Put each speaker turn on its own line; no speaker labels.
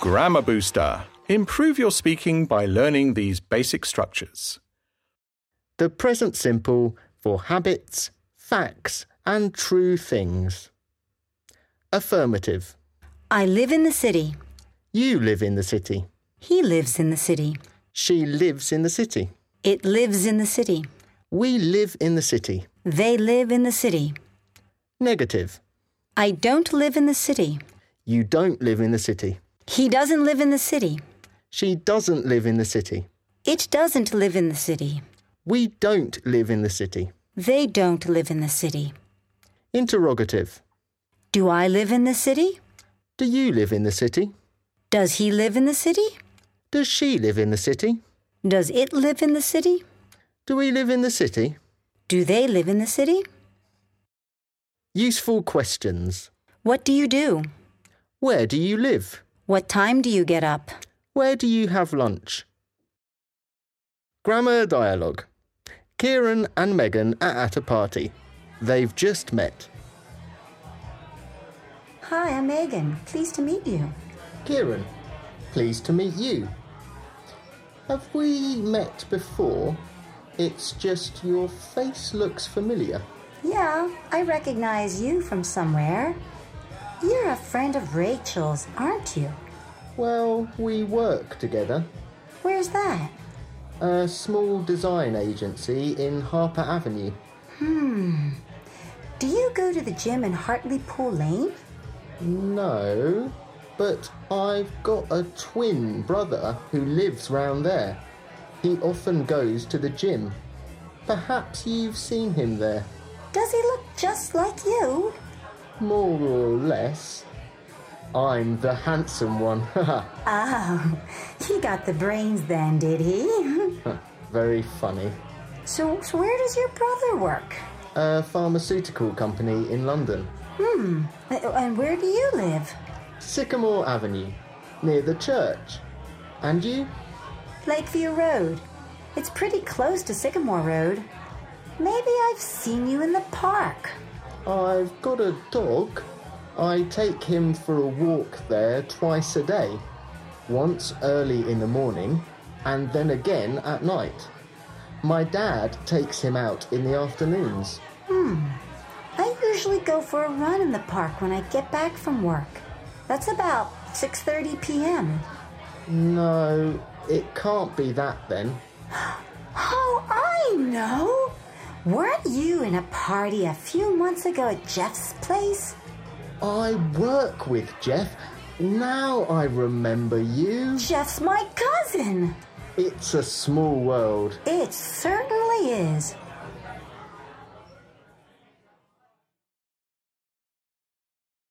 Grammar Booster. Improve your speaking by learning these basic structures.
The present simple for habits, facts, and true things. Affirmative.
I live in the city.
You live in the city.
He lives in the city.
She lives in the city.
It lives in the city.
We live in the city.
They live in the city.
Negative.
I don't live in the city.
You don't live in the city.
He doesn't live in the city.
She doesn't live in the city.
It doesn't live in the city.
We don't live in the city.
They don't live in the city.
Interrogative.
Do I live in the city?
Do you live in the city?
Does he live in the city?
Does she live in the city?
Does it live in the city?
Do we live in the city?
Do they live in the city?
Useful questions.
What do you do?
Where do you live?
What time do you get up?
Where do you have lunch? Grammar dialogue. Kieran and Megan are at a party. They've just met.
Hi, I'm Megan. Pleased to meet you.
Kieran, pleased to meet you. Have we met before? It's just your face looks familiar.
Yeah, I recognize you from somewhere. You're a friend of Rachel's, aren't you?
Well, we work together.
Where's that?
A small design agency in Harper Avenue.
Hmm. Do you go to the gym in Hartley Pool Lane?
No, but I've got a twin brother who lives round there. He often goes to the gym. Perhaps you've seen him there.
Does he look just like you?
More or less. I'm the handsome one.
oh, he got the brains then, did he?
Very funny.
So, so where does your brother work?
A pharmaceutical company in London.
Hmm. And where do you live?
Sycamore Avenue, near the church. And you?
Lakeview Road. It's pretty close to Sycamore Road. Maybe I've seen you in the park.
I've got a dog. I take him for a walk there twice a day. Once early in the morning, and then again at night. My dad takes him out in the afternoons.
Hmm. I usually go for a run in the park when I get back from work. That's about 6:30 p.m.
No, it can't be that then.
Oh, I know. Weren't you in a party a few months ago at Jeff's place?
I work with Jeff. Now I remember you.
Jeff's my cousin.
It's a small world.
It certainly is.